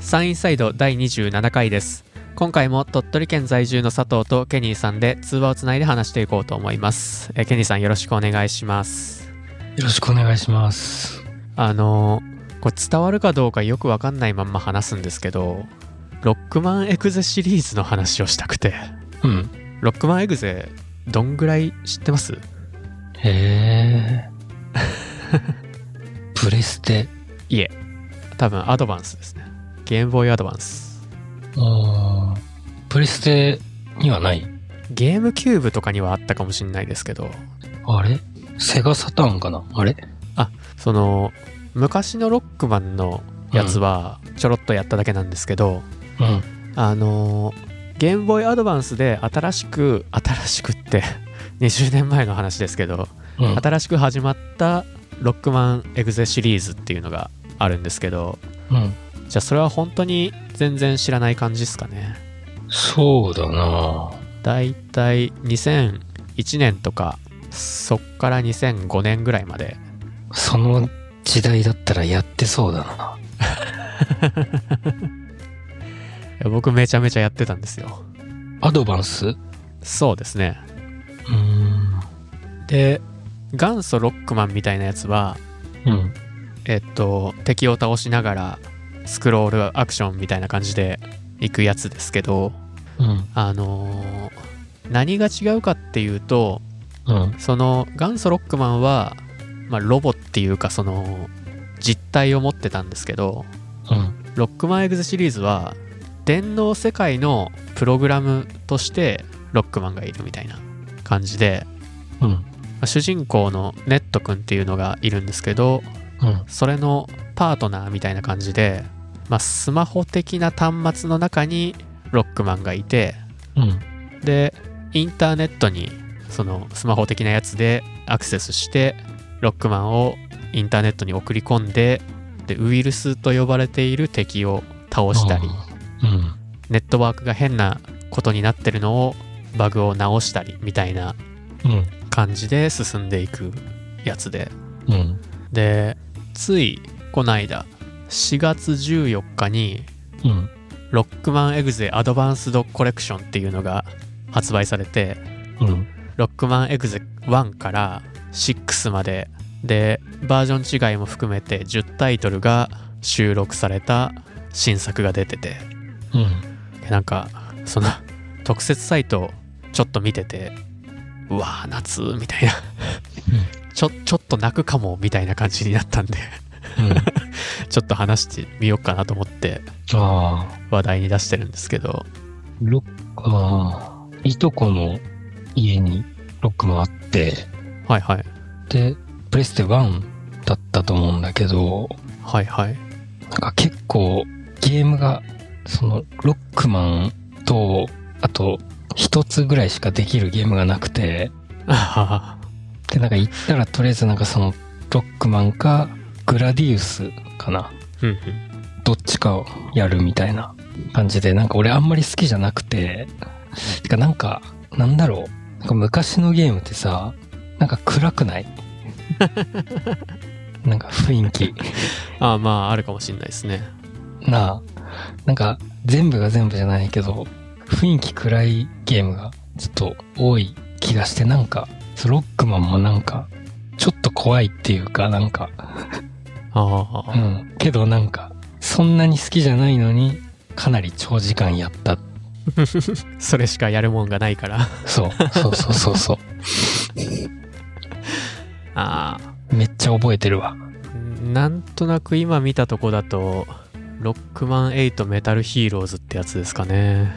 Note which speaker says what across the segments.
Speaker 1: サンインサイド第27回です今回も鳥取県在住の佐藤とケニーさんで通話をつないで話していこうと思いますえケニーさんよろしくお願いします
Speaker 2: よろしくお願いします。
Speaker 1: あのこれ伝わるかどうかよくわかんないまんま話すんですけどロックマンエグゼシリーズの話をしたくて
Speaker 2: うん。
Speaker 1: ロックマンエグゼどんぐらい知ってます
Speaker 2: へえ。 プレステ。
Speaker 1: いえ多分アドバンスですねゲームボーイアドバンス
Speaker 2: あープレステにはない。
Speaker 1: ゲームキューブとかにはあったかもしれないですけど
Speaker 2: あれセガサターンかなあれ
Speaker 1: その昔のロックマンのやつはちょろっとやっただけなんですけど、
Speaker 2: うん。
Speaker 1: あのゲームボーイアドバンスで新しく新しくって 20年前の話ですけど
Speaker 2: うん。
Speaker 1: 新しく始まったロックマンエグゼシリーズっていうのがあるんですけど
Speaker 2: うん。
Speaker 1: じゃあそれは本当に全然知らない感じですかね
Speaker 2: そうだな
Speaker 1: だいたい2001年とかそっから2005年ぐらいまで
Speaker 2: その時代だったらやってそうだな。
Speaker 1: 僕めちゃめちゃやってたんですよ
Speaker 2: アドバンスう
Speaker 1: そうですね
Speaker 2: ーん。
Speaker 1: で元祖ロックマンみたいなやつは
Speaker 2: うん。
Speaker 1: えっと敵を倒しながらスクロールアクションみたいな感じで行くやつですけど
Speaker 2: うん。
Speaker 1: あのー何が違うかっていうと
Speaker 2: うん。
Speaker 1: その元祖ロックマンは、まあ、ロボっていうかその実体を持ってたんですけど
Speaker 2: うん。
Speaker 1: ロックマンエグゼシリーズは電脳世界のプログラムとしてロックマンがいるみたいな感じで、
Speaker 2: うん。
Speaker 1: まあ主人公のネット君っていうのがいるんですけど
Speaker 2: うん。
Speaker 1: それのパートナーみたいな感じで、まあ、スマホ的な端末の中にロックマンがいて
Speaker 2: うん。
Speaker 1: でインターネットにそのスマホ的なやつでアクセスしてロックマンをインターネットに送り込んででウイルスと呼ばれている敵を倒したり
Speaker 2: うん。
Speaker 1: ネットワークが変なことになってるのをバグを直したりみたいな
Speaker 2: うん。
Speaker 1: 感じで進んでいくやつで
Speaker 2: うん。
Speaker 1: でついこの間4月14日に
Speaker 2: うん。
Speaker 1: ロックマンエグゼアドバンスドコレクションっていうのが発売されて
Speaker 2: うん。
Speaker 1: ロックマンエグゼ1から6まででバージョン違いも含めて10タイトルが収録された新作が出てて
Speaker 2: うん。
Speaker 1: でなんかその特設サイトをちょっと見ててうわー夏みたいなちょちょっと泣くかもみたいな感じになったんで
Speaker 2: うん。
Speaker 1: ちょっと話してみようかなと思って
Speaker 2: ああ、
Speaker 1: 話題に出してるんですけど、
Speaker 2: ロックマン、いとこの家にロックマンあって、
Speaker 1: はいはい、
Speaker 2: で、プレステ1だったと思うんだけど、
Speaker 1: はいはい、
Speaker 2: なんか結構ゲームが、そのロックマンと、あと一つぐらいしかできるゲームがなくて、
Speaker 1: あはは
Speaker 2: で、なんか行ったらとりあえずなんかそのロックマンかグラディウスかな。
Speaker 1: うんうん
Speaker 2: どっちかをやるみたいな感じで、なんか俺あんまり好きじゃなくて、てかなんか、なんだろう。なんか昔のゲームってさ、なんか暗くないなんか雰囲気。
Speaker 1: あーまああるかもしんないですね
Speaker 2: なあ。なんか全部が全部じゃないけど、雰囲気暗いゲームがちょっと多い気がして、なんか、ロックマンもなんか、ちょっと怖いっていうか、なんか、
Speaker 1: あ
Speaker 2: う
Speaker 1: あ、
Speaker 2: ん。けどなんか、そんなに好きじゃないのに、かなり長時間やった
Speaker 1: それしかやるもんがないから
Speaker 2: そう、そうそうそうそ
Speaker 1: あ
Speaker 2: う。めっちゃ覚えてるわ。
Speaker 1: あなんとなく今見たとこだとロックマン8メタルヒーローズってやつですかね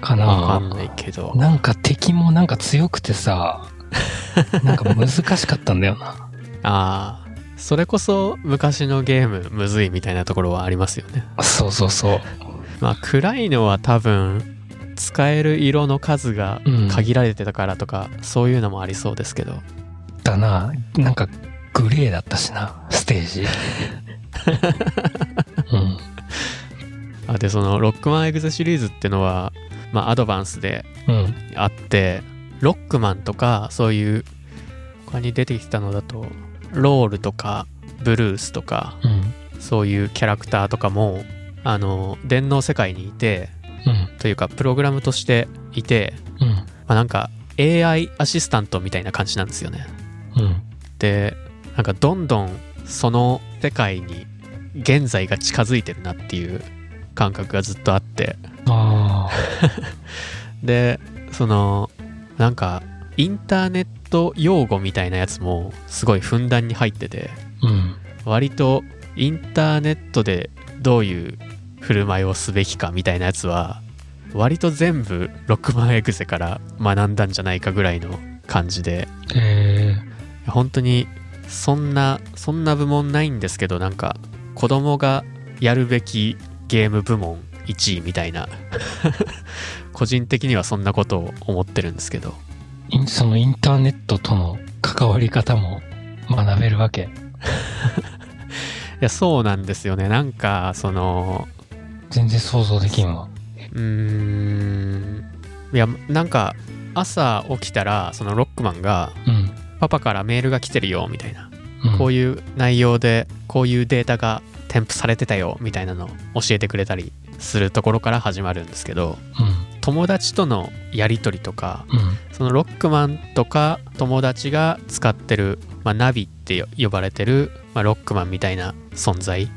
Speaker 2: かな
Speaker 1: わかんないけど
Speaker 2: なんか敵もなんか強くてさ、なんか難しかったんだよな。
Speaker 1: ああそれこそ昔のゲームむずいみたいなところはありますよね
Speaker 2: そうそうそう。
Speaker 1: まあ暗いのは多分使える色の数が
Speaker 2: うん
Speaker 1: 限られてたからとか、そういうのもありそうですけど
Speaker 2: だな。なんかグレーだったしな、ステージ。うん。
Speaker 1: あでそのロックマンエグゼシリーズってのはまあアドバンスで
Speaker 2: うん。
Speaker 1: あってロックマンとかそういう他に出てきたのだとロールとかブルースとか
Speaker 2: うん。
Speaker 1: そういうキャラクターとかもあの電脳世界にいて
Speaker 2: うん。
Speaker 1: というかプログラムとしていて、
Speaker 2: うん。
Speaker 1: まあ、なんか AI アシスタントみたいな感じなんですよね
Speaker 2: うん。
Speaker 1: でなんかどんどんその世界に現在が近づいてるなっていう感覚がずっとあって
Speaker 2: あ
Speaker 1: でそのなんかインターネット用語みたいなやつもすごいふんだんに入ってて
Speaker 2: あ。うん。
Speaker 1: 割とインターネットでどういう振る舞いをすべきかみたいなやつは割と全部6万エグゼから学んだんじゃないかぐらいの感じで
Speaker 2: え
Speaker 1: 本当にそんなそんな部門ないんですけどなんか子供がやるべきゲーム部門1位みたいな 個人的にはそんなことを思ってるんですけど
Speaker 2: ーインそのインターネットとの関わり方も学べるわけ。
Speaker 1: いやそうなんですよねなんかその
Speaker 2: 全然想像できんわ。
Speaker 1: うーんいやなんか朝起きたらそのロックマンが
Speaker 2: うん。
Speaker 1: 「パパからメールが来てるよ」みたいな
Speaker 2: うん、
Speaker 1: こういう内容でこういうデータが添付されてたよみたいなのを教えてくれたりするところから始まるんですけど
Speaker 2: うん。
Speaker 1: 友達とのやり取りとか
Speaker 2: うん。
Speaker 1: そのロックマンとか友達が使ってる、まあ、ナビって呼ばれてる、まあ、ロックマンみたいな存在
Speaker 2: うん。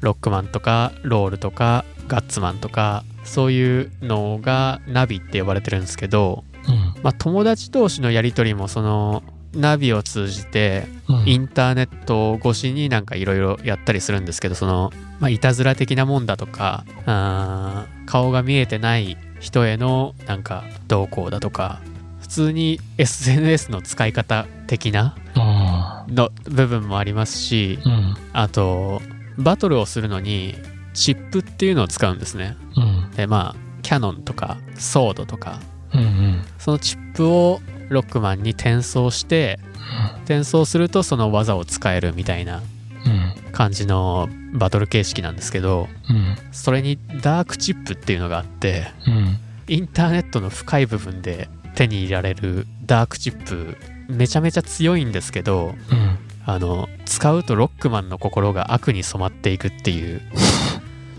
Speaker 1: ロックマンとかロールとかガッツマンとかそういうのがナビって呼ばれてるんですけど、
Speaker 2: うん。
Speaker 1: まあ、友達同士のやり取りもそのナビを通じて
Speaker 2: うん。
Speaker 1: インターネット越しになんかいろいろやったりするんですけどその、まあ、いたずら的なもんだとかあー顔が見えてない人へのなんか動向だとか普通に SNS の使い方的な
Speaker 2: あ
Speaker 1: の部分もありますし
Speaker 2: ーうん。
Speaker 1: あとバトルをするのにチップっていうのを使うんですね
Speaker 2: うん。
Speaker 1: でまあキャノンとかソードとか
Speaker 2: うん。うん。
Speaker 1: そのチップをロックマンに転送して転送するとその技を使えるみたいな
Speaker 2: うん。
Speaker 1: 感じのバトル形式なんですけど
Speaker 2: うん。
Speaker 1: それにダークチップっていうのがあって
Speaker 2: うん。
Speaker 1: インターネットの深い部分で手に入れられるダークチップめちゃめちゃ強いんですけど
Speaker 2: うん。
Speaker 1: あの使うとロックマンの心が悪に染まっていくっていう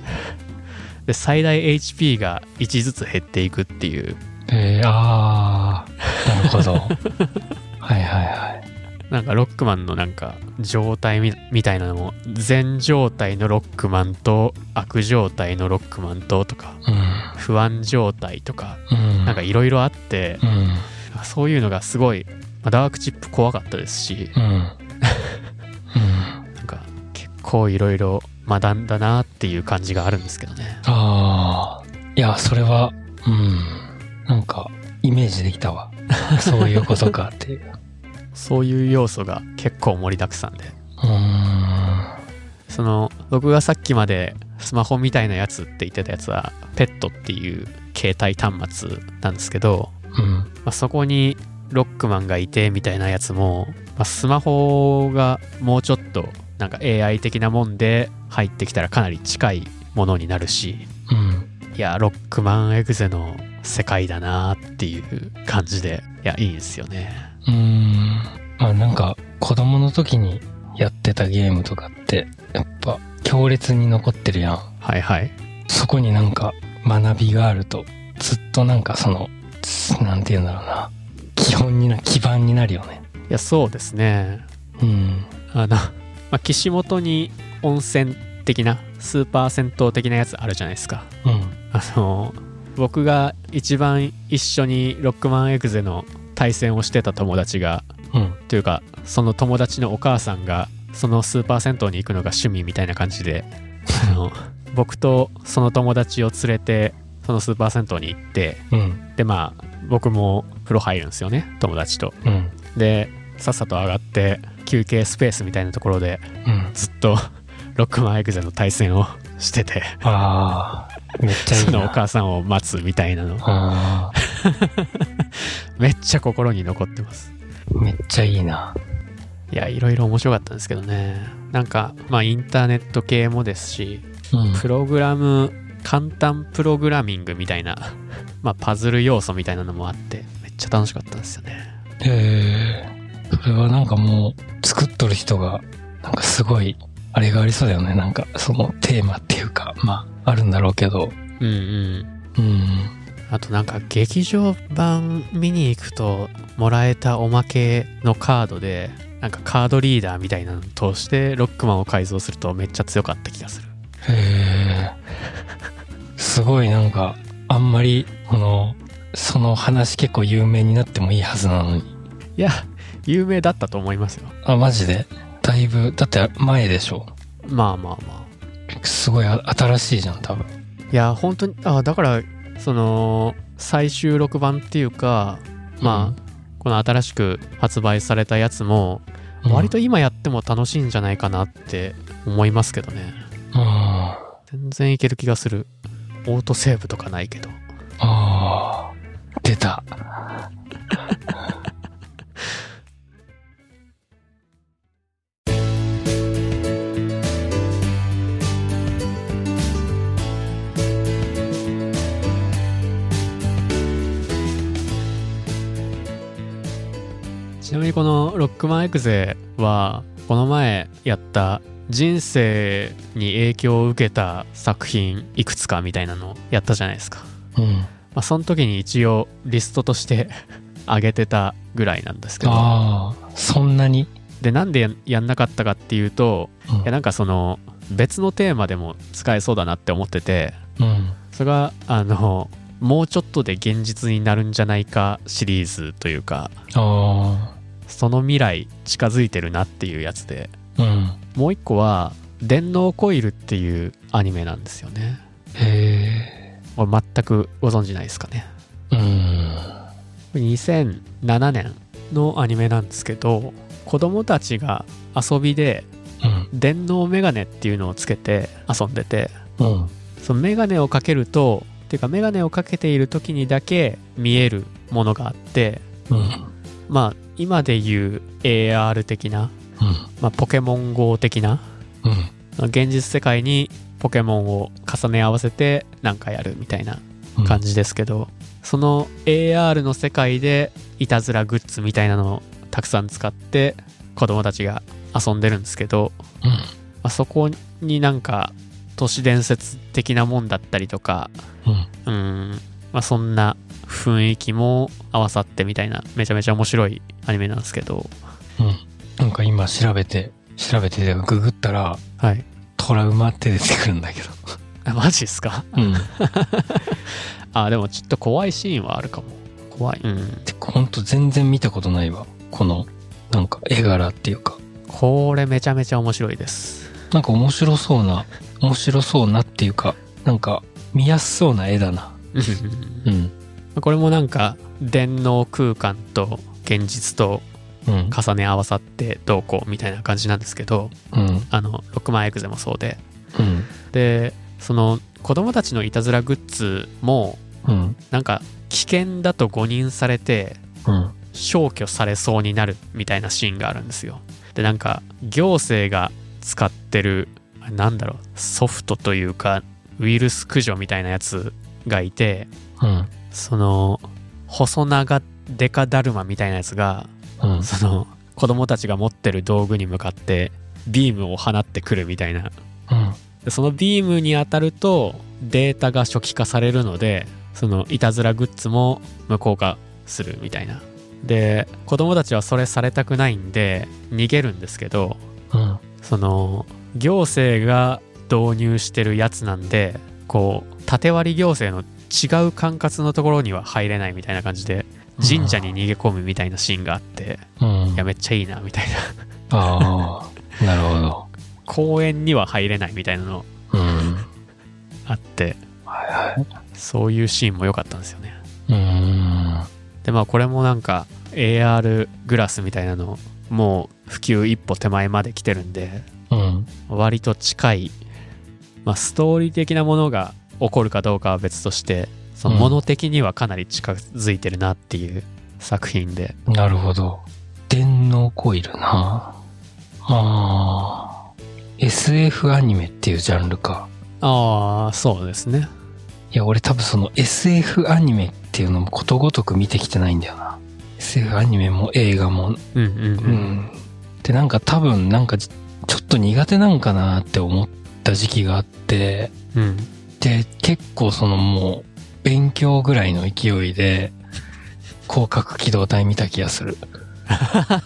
Speaker 1: で最大 HP が1ずつ減っていくっていう
Speaker 2: えー、ああ、なるほど。はいはいはい。
Speaker 1: なんかロックマンのなんか状態みみたいなのも善状態のロックマンと悪状態のロックマンととか
Speaker 2: う
Speaker 1: 不安状態とか
Speaker 2: ん。うん。
Speaker 1: なんかいろいろあって
Speaker 2: うん。
Speaker 1: そういうのがすごいまあダークチップ怖かったですし
Speaker 2: うん。うん。
Speaker 1: なんか結構いろいろ学んだなっていう感じがあるんですけどね
Speaker 2: ああ。いや、それは、うん。なんか、イメージできたわ。そういうことかっていう。
Speaker 1: そういう要素が結構盛りだくさんで
Speaker 2: うーん。
Speaker 1: その僕がさっきまでスマホみたいなやつって言ってたやつはペットっていう携帯端末なんですけど、
Speaker 2: うん。
Speaker 1: まあ、そこにロックマンがいてみたいなやつも、まあ、スマホがもうちょっとなんか AI 的なもんで入ってきたらかなり近いものになるし
Speaker 2: うん。
Speaker 1: いやロックマンエグゼの世界だなっていう感じでいやいいんですよね
Speaker 2: うーん。まあなんか、子供の時にやってたゲームとかって、やっぱ、強烈に残ってるやん。
Speaker 1: はいはい
Speaker 2: そこになんか学びがあると、ずっとなんかその、つなんて言うんだろうな。基本にな、基盤になるよね。
Speaker 1: いやそうですね
Speaker 2: うん。
Speaker 1: あの、まあ、岸本に温泉的なスーパー銭湯的なやつあるじゃないですか
Speaker 2: うん。
Speaker 1: あの僕が一番一緒にロックマンエグゼの対戦をしてた友達が
Speaker 2: うん。
Speaker 1: というかその友達のお母さんがそのスーパー銭湯に行くのが趣味みたいな感じであの僕とその友達を連れてそのスーパー銭湯に行って
Speaker 2: うん。
Speaker 1: でまあ僕も風呂入るんですよね友達と
Speaker 2: うん。
Speaker 1: でさっさと上がって休憩スペースみたいなところで
Speaker 2: うん。
Speaker 1: ずっと ロックマンエグゼの対戦をしてて
Speaker 2: ああ。めっちゃいい
Speaker 1: そ
Speaker 2: な。
Speaker 1: のお母さんを待つみたいなの
Speaker 2: あ
Speaker 1: めっちゃ心に残ってます
Speaker 2: あ。めっちゃいいな。
Speaker 1: いやいろいろ面白かったんですけどねなんかまあインターネット系もですし
Speaker 2: うん。
Speaker 1: プログラム簡単プログラミングみたいな、 まあ、パズル要素みたいなのもあってめっちゃ楽しかったんですよね
Speaker 2: えー。それはなんかもう、作っとる人が、なんかすごい、あれがありそうだよね。なんか、そのテーマっていうか、まあ、あるんだろうけど、
Speaker 1: うんうん。
Speaker 2: うん。
Speaker 1: あとなんか劇場版見に行くともらえたおまけのカードで、なんかカードリーダーみたいなのを通してロックマンを改造するとめっちゃ強かった気がする。
Speaker 2: へえ。すごいなんか、あんまり、この、その話結構有名になってもいいはずなのに。
Speaker 1: いや、有名だったと思いますよ。
Speaker 2: あ、マジでだいぶ、だって前でしょ。
Speaker 1: まあまあまあ。
Speaker 2: すごいあ新しいじゃん、多分。
Speaker 1: いや本当にあだからその最終録版っていうかまあ、この新しく発売されたやつも
Speaker 2: うん
Speaker 1: 割、と今やっても楽しいんじゃないかなって思いますけどね
Speaker 2: うん。あ
Speaker 1: 全然いける気がするオートセーブとかないけど
Speaker 2: あ。出た。
Speaker 1: ちなみにこの「ロックマンエクゼ」はこの前やった人生に影響を受けた作品いくつかみたいなのをやったじゃないですか
Speaker 2: うん。
Speaker 1: まあ、その時に一応リストとして 上げてたぐらいなんですけど
Speaker 2: ああ。そんなに。
Speaker 1: でなんでややんなかったかっていうと
Speaker 2: うん
Speaker 1: いやなんかその別のテーマでも使えそうだなって思ってて
Speaker 2: うん。
Speaker 1: それがあのもうちょっとで現実になるんじゃないかシリーズというか
Speaker 2: あ
Speaker 1: その未来近づいてるなっていうやつで
Speaker 2: あ。うん。
Speaker 1: もう一個は「電脳コイル」っていうアニメなんですよね
Speaker 2: へ
Speaker 1: これ全くご存知ないですかね
Speaker 2: え。うん。
Speaker 1: 2007年のアニメなんですけど子供たちが遊びで
Speaker 2: うん。
Speaker 1: 電脳メガネっていうのをつけて遊んでて
Speaker 2: うん。
Speaker 1: そのメガネをかけるとっていうかメガネをかけている時にだけ見えるものがあって
Speaker 2: うん。
Speaker 1: まあ今で言う AR 的な、
Speaker 2: うん。
Speaker 1: まあ、ポケモン GO 的な
Speaker 2: うん。
Speaker 1: 現実世界にポケモンを重ね合わせてなんかやるみたいな感じですけど、その AR の世界でいたずらグッズみたいなのをたくさん使って子供たちが遊んでるんですけど、
Speaker 2: うん。
Speaker 1: まあ、そこになんか都市伝説的なもんだったりとか
Speaker 2: うん。
Speaker 1: うーん、まあ、そんな雰囲気も合わさってみたいなめちゃめちゃ面白いアニメなんですけど
Speaker 2: うん。なんか今調べて、調べて、ググったら、
Speaker 1: はい
Speaker 2: トラウマって出てくるんだけど。
Speaker 1: あ マジですか
Speaker 2: うん。っ
Speaker 1: あでもちょっと怖いシーンはあるかも怖いうん
Speaker 2: て、ほんと全然見たことないわ。この、なんか絵柄っていうか。
Speaker 1: これめちゃめちゃ面白い です
Speaker 2: なんか面白そうな、面白そうなっていうか、なんか見やすそうな絵だな。うん。
Speaker 1: これもなんか電脳空間と現実と
Speaker 2: うん。
Speaker 1: 重ね合わさってどうこうみたいな感じなんですけど
Speaker 2: うん。
Speaker 1: あの6万エクゼもそうで
Speaker 2: うん。
Speaker 1: でその子供たちのいたずらグッズも
Speaker 2: うん。
Speaker 1: なんか危険だと誤認されて
Speaker 2: うん。
Speaker 1: 消去されそうになるみたいなシーンがあるんですよでなんか行政が使ってるあなんだろうソフトというかウイルス駆除みたいなやつがいて
Speaker 2: うん。
Speaker 1: その細長デカだるまみたいなやつが
Speaker 2: うん。
Speaker 1: その子供たちが持ってる道具に向かってビームを放ってくるみたいな
Speaker 2: うん。
Speaker 1: でそのビームに当たるとデータが初期化されるのでそのいたずらグッズも無効化するみたいなで子供たちはそれされたくないんで逃げるんですけど
Speaker 2: うん。
Speaker 1: その行政が導入してるやつなんでこう縦割り行政の違う管轄のところには入れないみたいな感じで神社に逃げ込むみたいなシーンがあって、
Speaker 2: うん。
Speaker 1: いやめっちゃいいなみたいな
Speaker 2: ああ。なるほど。
Speaker 1: 公園には入れないみたいなの
Speaker 2: うん。
Speaker 1: あって
Speaker 2: はいはい。
Speaker 1: そういうシーンも良かったんですよね
Speaker 2: うーん。
Speaker 1: でまあこれもなんか AR グラスみたいなのもう普及一歩手前まで来てるんで
Speaker 2: うん。
Speaker 1: 割と近い、まあ、ストーリー的なものが起こるかどうかは別としてその
Speaker 2: うん
Speaker 1: もの的にはかなり近づいてるなっていう作品で、
Speaker 2: なるほど。電脳コイルな。あー SF アニメっていうジャンルか。
Speaker 1: ああそうですね
Speaker 2: いや、俺多分その SF アニメっていうのもことごとく見てきてないんだよな。SF アニメも映画も。
Speaker 1: うんうん
Speaker 2: う
Speaker 1: うん、
Speaker 2: ん。で、なんか多分なんかちちょっと苦手なんかなって思った時期があって、
Speaker 1: うん、
Speaker 2: でで、結構そのもう、勉強ぐらいの勢いで、広角機動隊見た気が する。
Speaker 1: なる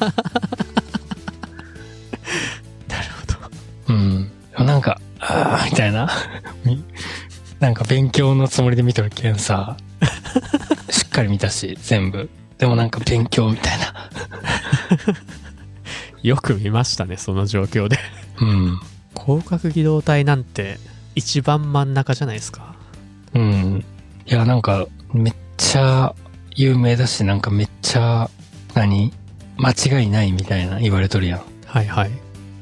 Speaker 1: ほど。
Speaker 2: うん。なんか、あーみたいな。みなんか勉強のつもりで見てるけんさ、しっかり見たし、全部。でもなんか勉強みたいな。
Speaker 1: よく見ましたね、その状況で。
Speaker 2: うん。
Speaker 1: 広角機動隊なんて、一番真ん中じゃないですか。
Speaker 2: うん。いや、なんか、めっちゃ有名だし、なんかめっちゃ、何間違いないみたいな言われとるやん。い
Speaker 1: はいはい。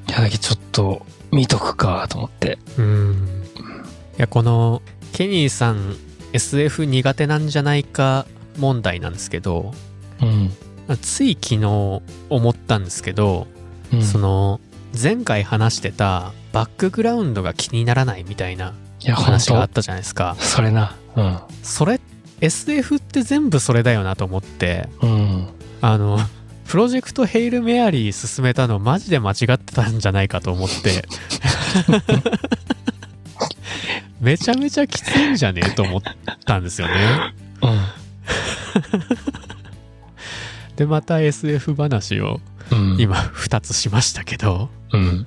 Speaker 2: や、だけどちょっと、見とくかと思って。
Speaker 1: うん。いや、この、ケニーさん、SF 苦手なんじゃないか問題なんですけど、
Speaker 2: うん。
Speaker 1: つい昨日思ったんですけど、
Speaker 2: うん、
Speaker 1: その、前回話してた、バックグラウンドが気にならないみたいない
Speaker 2: や、本
Speaker 1: 話があっ
Speaker 2: 当
Speaker 1: たじゃないですか。
Speaker 2: それな。うん。
Speaker 1: それ、SF って全部それだよなと思って、
Speaker 2: うん。
Speaker 1: あの、プロジェクトヘイルメアリー進めたのマジで間違ってたんじゃないかと思って。 めちゃめちゃきついんじゃねえと思ったんですよね。で、また SF 話を
Speaker 2: うん。うん。
Speaker 1: 今2つしましたけど、
Speaker 2: うん。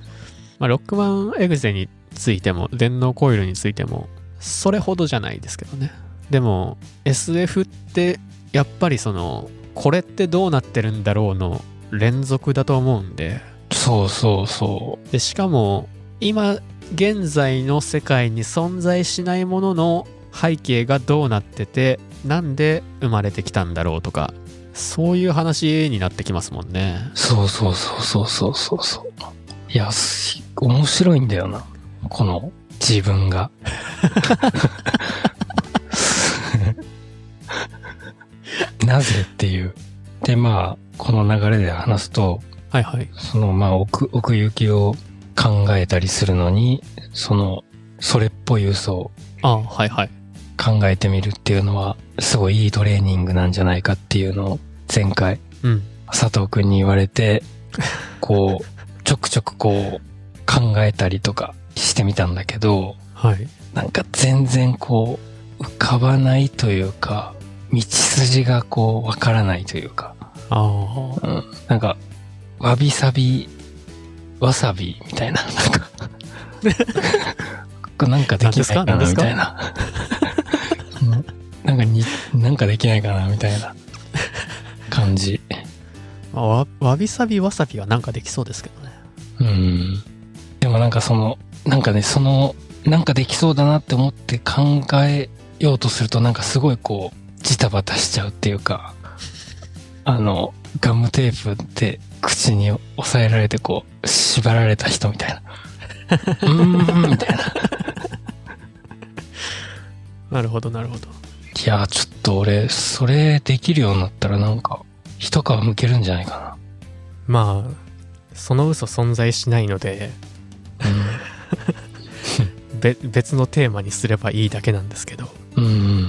Speaker 1: まあ、ロックマンエグゼについても、電脳コイルについても、それほどじゃないですけどね。でも、SF ってやっぱりその、これってどうなってるんだろうの連続だと思うんで、
Speaker 2: そうそうそ
Speaker 1: でしかも今現在の世界に存在しないものの背景がどうなっててなんで生まれてきたんだろうとかそういう話になってきますもんね
Speaker 2: う。そうそうそうそうそうそうそう。いや、し面白いんだよな。この自分が。 なぜっていう。で、まあ、この流れで話すと、
Speaker 1: はいはい
Speaker 2: その、まあ、奥、奥行きを考えたりするのに、その、それっぽい嘘を
Speaker 1: あはいはい
Speaker 2: 考えてみるっていうのは、すごいいいトレーニングなんじゃないかっていうのを、前回、
Speaker 1: うん
Speaker 2: 佐藤くんに言わ れて、こう、ちょくちょくこう、考えたりとかしてみたんだけど、
Speaker 1: はい
Speaker 2: なんか全然こう、浮かばないというか、道筋がこう、わからないというか、
Speaker 1: ああ
Speaker 2: うん。なんか、わびさび、わさびみたいな、なん か、これなんかできないか
Speaker 1: 何で
Speaker 2: な、
Speaker 1: す
Speaker 2: み
Speaker 1: か
Speaker 2: たいな。うん なんかに、なんかできないかな、みたいな感じ。
Speaker 1: まあわわびさびわさびはなんかできそうですけどね
Speaker 2: うん。でもなんかその、なんかね、その、なんかできそうだなって思って考えようとすると、なんかすごいこう、ジタバタしちゃうっていうか、 あの、ガムテープで口に押さえられてこう、縛られた人みたいな。うーん、みたいな。い
Speaker 1: なるほどなるほど
Speaker 2: やー、ちょっと俺、それできるようになったらなんか、一皮むけるんじゃないか
Speaker 1: まあその嘘存在しないので
Speaker 2: な。
Speaker 1: べ別のテーマにすればいいだけなんですけど
Speaker 2: うん。うん。い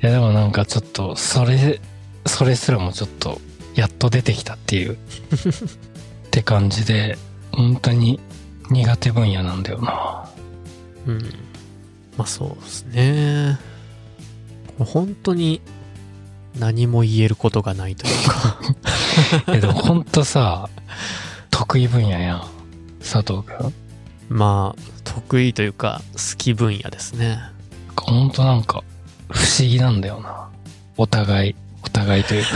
Speaker 2: や、でもなんかちょっと、それ、それすらもちょっと、やっと出てきたっ ていう、って感じで、本当に苦手分野なんだ よな。
Speaker 1: うん。まあそうですね。本当に何も言えることがないというか。
Speaker 2: え、でも本当さ、得意分野やん。佐藤くん。
Speaker 1: まあ、得意というか、好き分野ですね。
Speaker 2: 本当なんか、不思議なんだよな。お互い、お互いという か、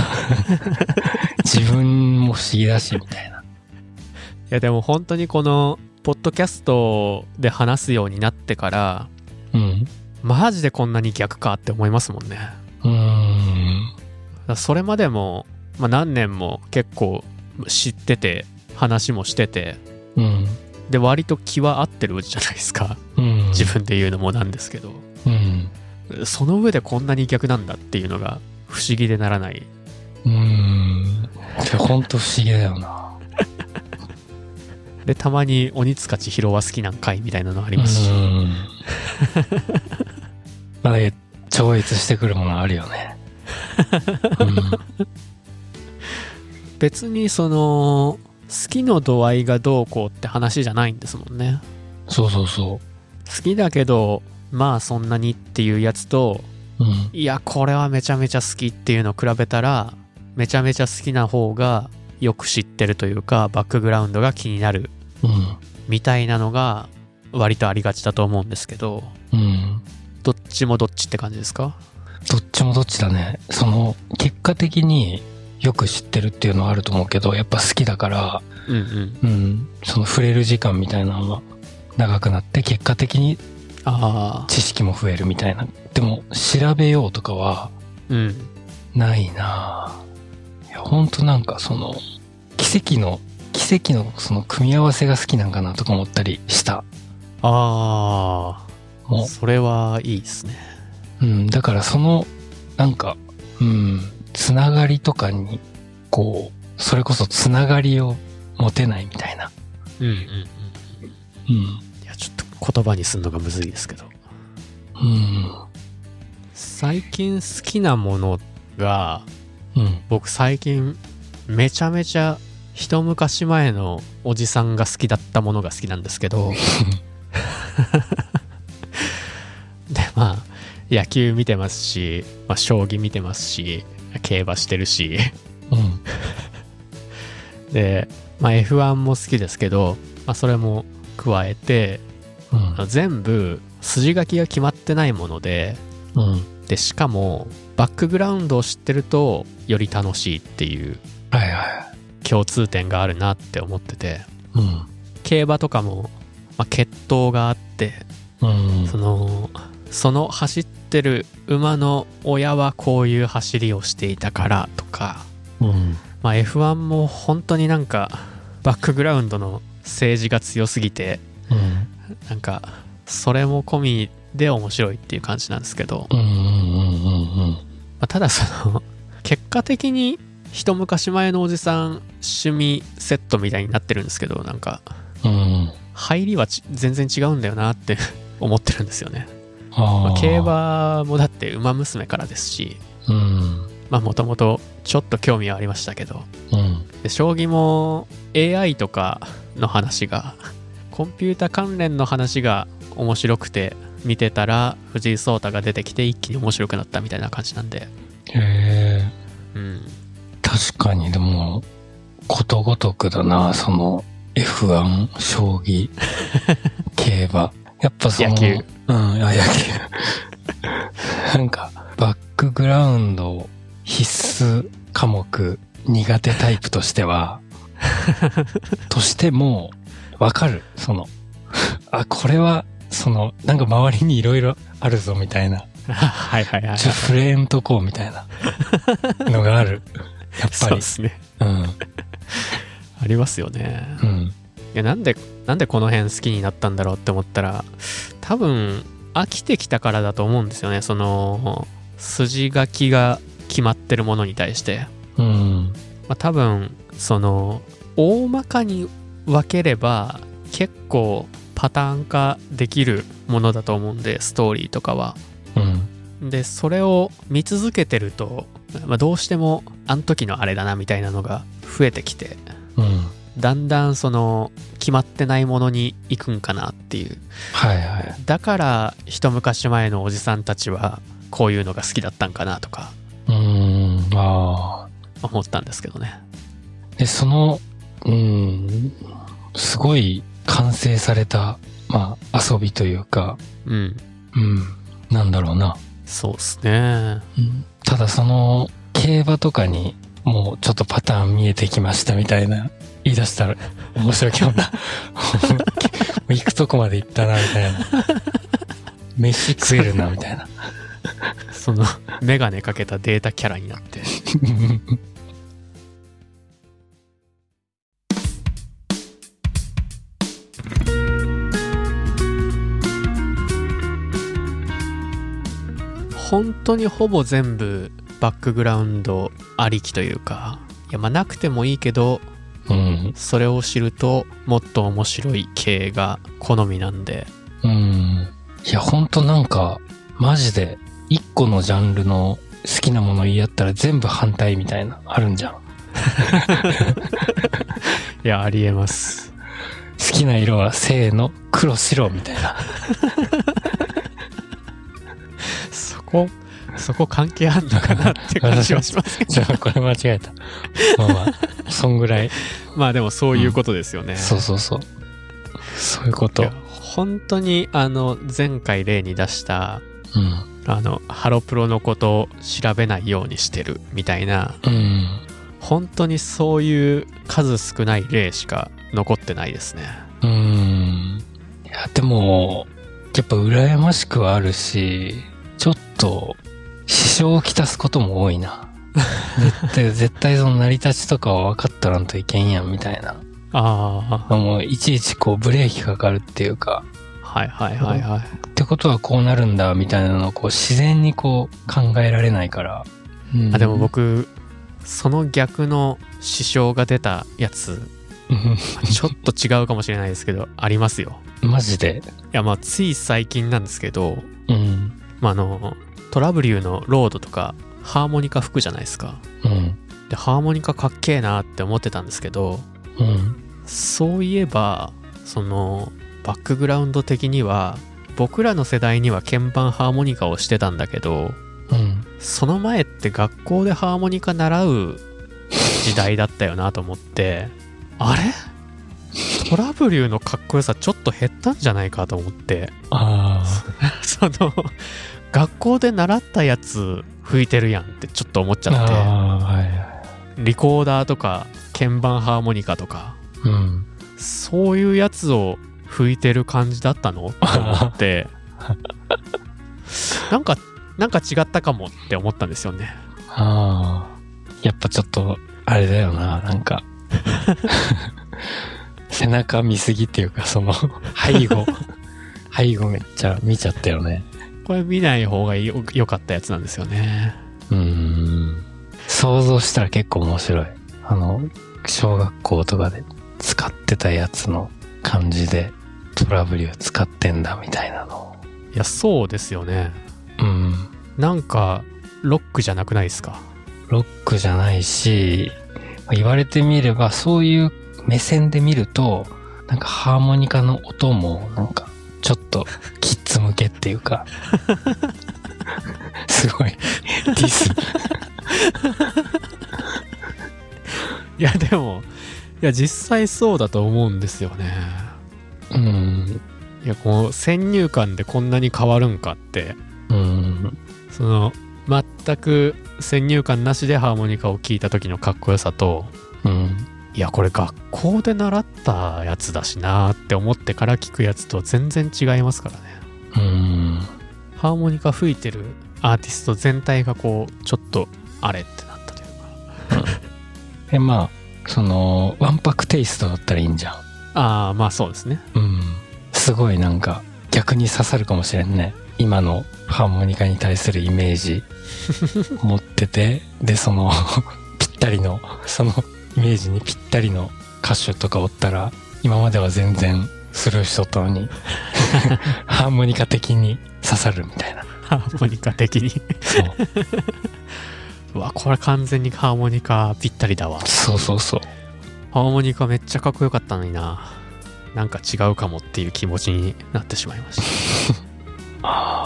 Speaker 2: 自分も不思議だし、みたいな。
Speaker 1: いやでも本当にこの、ポッドキャストで話すようになってから、
Speaker 2: うん。
Speaker 1: マジでこんなに逆かって思いますもんね。
Speaker 2: うーん。
Speaker 1: だからそれまでも、まあ何年も結構知ってて、話もしてて、
Speaker 2: うん。
Speaker 1: で割と気は合ってるじゃないですか。
Speaker 2: うん。
Speaker 1: 自分で言うのもなんですけど。
Speaker 2: うん。
Speaker 1: その上でこんなに逆なんだっていうのが不思議でならない。
Speaker 2: うーん。でほんと不思議だよな。
Speaker 1: で、たまに鬼塚千尋は好きなんかいみたいなのあ
Speaker 2: う
Speaker 1: り
Speaker 2: ー
Speaker 1: ますし。
Speaker 2: ん。まあ、だけど超越してくるものある よね。うん
Speaker 1: 別にその、好きの度合いがどうこうって話じゃないんですもんね。
Speaker 2: そうそうそ
Speaker 1: 好きだけど、まあそんなにっていうやつと
Speaker 2: うん。
Speaker 1: いやこれはめちゃめちゃ好きっていうのを比べたらめちゃめちゃ好きな方がよく知ってるというかバックグラウンドが気になる
Speaker 2: うん。
Speaker 1: みたいなのが割とありがちだと思うんですけど
Speaker 2: うん。
Speaker 1: どっちもどっちって感じですか
Speaker 2: どっちもどっちだね。その、結果的によく知ってるっていうのはあると思うけど、やっぱ好きだから、
Speaker 1: うんうん
Speaker 2: うん。その触れる時間みたいなのは長くなって、結果的に
Speaker 1: ああ
Speaker 2: 知識も増えるみたいな。でも、調べようとかは
Speaker 1: うん
Speaker 2: ないなぁいや、ほんとなんかその、奇跡の、奇跡のその組み合わせが好きなんかなとか思ったりした。
Speaker 1: ああ
Speaker 2: も
Speaker 1: それはいいですね
Speaker 2: う、うん。だからその、なんか、うん、つながりとかに、こう、それこそつながりを持てないみたいな。
Speaker 1: うんうんうん
Speaker 2: うん。
Speaker 1: いやちょっと言葉にするのがむずいですけど
Speaker 2: うん。
Speaker 1: 最近好きなものが
Speaker 2: うん。
Speaker 1: 僕最近めちゃめちゃ一昔前のおじさんが好きだったものが好きなんですけ どでまあ野球見てますし、まあ、将棋見てますし競馬してるし
Speaker 2: うん。
Speaker 1: で、まあ、F1 も好きですけど、まあ、それも加えて
Speaker 2: う
Speaker 1: あ
Speaker 2: ん
Speaker 1: の。全部筋書きが決まってないもので
Speaker 2: うん。
Speaker 1: でしかもバックグラウンドを知ってるとより楽しいっていう
Speaker 2: はいは
Speaker 1: 共通点があるなって思ってて
Speaker 2: い。うん。
Speaker 1: 競馬とかも、まあ、決闘があって
Speaker 2: うん。
Speaker 1: そのその走ってる馬の親はこういう走りをしていたからとか、
Speaker 2: うん。
Speaker 1: まあ、F1 も本当になんかバックグラウンドの政治が強すぎて
Speaker 2: うん。
Speaker 1: なんかそれも込みで面白いっていう感じなんですけど、ま
Speaker 2: うんうんうんうん
Speaker 1: あ、ただその 結果的に一昔前のおじさん趣味セットみたいになってるんですけどなんか
Speaker 2: うんうん。
Speaker 1: 入りはち全然違うんだよなって 思ってるんですよね、ま
Speaker 2: あ
Speaker 1: あ
Speaker 2: ー
Speaker 1: 競。馬もだって馬娘からですし
Speaker 2: うん。
Speaker 1: まあもともとちょっと興味はありましたけど
Speaker 2: うん。
Speaker 1: で将棋も AI とかの話がコンピュータ関連の話が面白くて見てたら藤井聡太が出てきて一気に面白くなったみたいな感じなんで
Speaker 2: へえ。
Speaker 1: うん
Speaker 2: 確かに、でも、ことごとくだな、その、F1、将 棋、競馬。やっぱその、
Speaker 1: 野球。
Speaker 2: うん、あ、野球。 なんか、バックグラウンド必須科目、苦手タイプとし ては、としても、わかる、その、あ、これは、その、なんか周りにいろいろあるぞ、みたいな。
Speaker 1: はいはいはい
Speaker 2: ちょ、触れんとこう、みたいなのがある。やっぱ
Speaker 1: そう
Speaker 2: り
Speaker 1: で。すね
Speaker 2: うん。
Speaker 1: ありますよね
Speaker 2: うん。
Speaker 1: いやなんでなんでこの辺好きになったんだろうって思ったら多分飽きてきたからだと思うんですよねその筋書きが決まってるものに対して、
Speaker 2: うん。
Speaker 1: まあ、多分その大まかに分ければ結構パターン化できるものだと思うんでストーリーとかは
Speaker 2: うん。
Speaker 1: でそれを見続けてると、まあ、どうしてもあの時のあれだなみたいなのが増えてきて
Speaker 2: うん。
Speaker 1: だんだんその決まってないものに行くんかなっていう
Speaker 2: はいはい。
Speaker 1: だから一昔前のおじさんたちはこういうのが好きだったんかなとか
Speaker 2: うん。ああ。
Speaker 1: 思ったんですけどね
Speaker 2: で、その、うん、すごい完成された、まあ、遊びというか、
Speaker 1: うん
Speaker 2: うん、なんだろうな。
Speaker 1: そうっすね
Speaker 2: うん、ただその、競馬とかに、もうちょっとパターン見えてきましたみたいな、言い出したら面白いけどな。 行くとこまで行ったな、みたいな。飯食えるな、みたいな。
Speaker 1: そのメガネかけたデータキャラになって本当にほぼ全部バックグラウンドありきというかいやまあなくてもいいけど
Speaker 2: うん。
Speaker 1: それを知るともっと面白い系が好みなんで
Speaker 2: うん。いや、ほんとなんか、マジで、一個のジャンルの好きなもの言い合ったら全部反対みたいな、あるんじゃん。好
Speaker 1: いやありえます
Speaker 2: きな色は、せーの、黒白みたいな。
Speaker 1: こ、そこ関係あんのかなって感じはしますけ ど
Speaker 2: じゃあ、これ間違えた。まあまあ、そんぐらい。
Speaker 1: まあでもそういうことですよね。
Speaker 2: そうそうそう。そういうこと。
Speaker 1: いうや本当にあの前回例に出した
Speaker 2: ん。
Speaker 1: あのハロプロのことを調べないようにしてるみたいな
Speaker 2: うん。
Speaker 1: 本当にそういう数少ない例しか残ってないですね。
Speaker 2: うん。いや、でも、やっぱ羨ましくはあるし、ちょっと、支障をきたすことも多い な。絶対、絶対その成り立ちとかは分かっとらんといけんやん、みたいな。
Speaker 1: ああ、
Speaker 2: もう、いちいちこう、ブレーキかかるっていうか、
Speaker 1: はいはいはいはい。
Speaker 2: ってことはこうなるんだみたいなのをこう自然にこう考えられないから、
Speaker 1: あでも僕その逆の支障が出たやつ
Speaker 2: うん
Speaker 1: ちょっと違うかもしれないですけどありますよ。
Speaker 2: マジで
Speaker 1: いやまあつい最近なんですけど、
Speaker 2: うん
Speaker 1: まあ、あのトラブリューのロードとかハーモニカ吹くじゃないですか。
Speaker 2: うん
Speaker 1: でハーモニカかっけえなって思ってたんですけど
Speaker 2: うん
Speaker 1: そういえばそのバックグラウンド的には僕らの世代には鍵盤ハーモニカをしてたんだけど
Speaker 2: うん
Speaker 1: その前って学校でハーモニカ習う時代だったよなと思ってあれトラブリューのかっこよさちょっと減ったんじゃないかと思って
Speaker 2: あ
Speaker 1: その学校で習ったやつ吹いてるやんってちょっと思っち
Speaker 2: ー
Speaker 1: ゃって。
Speaker 2: あーはいは
Speaker 1: リコーダーとか鍵盤ハーモニカとか
Speaker 2: いうん
Speaker 1: そういうやつを吹いてる感じだったのって思ってなんかなんか違ったかもって思ったんですよね
Speaker 2: あーやっぱちょっとあれだよななんか 背中見すぎっていうかその背後 背後めっちゃ見ちゃったよね
Speaker 1: これ見ない方がよ良かったやつなんですよね
Speaker 2: うん想像したら結構面白いあの小学校とかで使ってたやつの感じでトラブリュー使ってんだみたいなのを
Speaker 1: いやそうですよね
Speaker 2: うん
Speaker 1: なんかロックじゃなくないですか
Speaker 2: ロックじゃないし言われてみればそういう目線で見るとなんかハーモニカの音もなんかちょっとキッズ向けっていうか すごいディス
Speaker 1: いやでもいや実際そうだと思うんですよね
Speaker 2: うん
Speaker 1: いやこう先入観でこんなに変わるんかって
Speaker 2: うん
Speaker 1: その全く先入観なしでハーモニカを聴いた時のかっこよさと
Speaker 2: うん
Speaker 1: いやこれ学校で習ったやつだしなーって思ってから聴くやつと全然違いますからね
Speaker 2: うん
Speaker 1: ハーモニカ吹いてるアーティスト全体がこうちょっとあれってなったというか
Speaker 2: えまあそのわんぱくテイストだったらいいんじゃん
Speaker 1: ああまあそうですね
Speaker 2: うんすごいなんか逆に刺さるかもしれんね今のハーモニカに対するイメージ持っててでその ぴったりのそのイメージにぴったりの歌手とかおったら今までは全然スルーしとったのにハーモニカ的に刺さるみたいな
Speaker 1: ハーモニカ的に
Speaker 2: そう
Speaker 1: うわこれ完全にハーモニカぴったりだわ
Speaker 2: そうそうそう
Speaker 1: ハーモニカめっちゃかっこよかったのにななんか違うかもっていう気持ちになってしまいました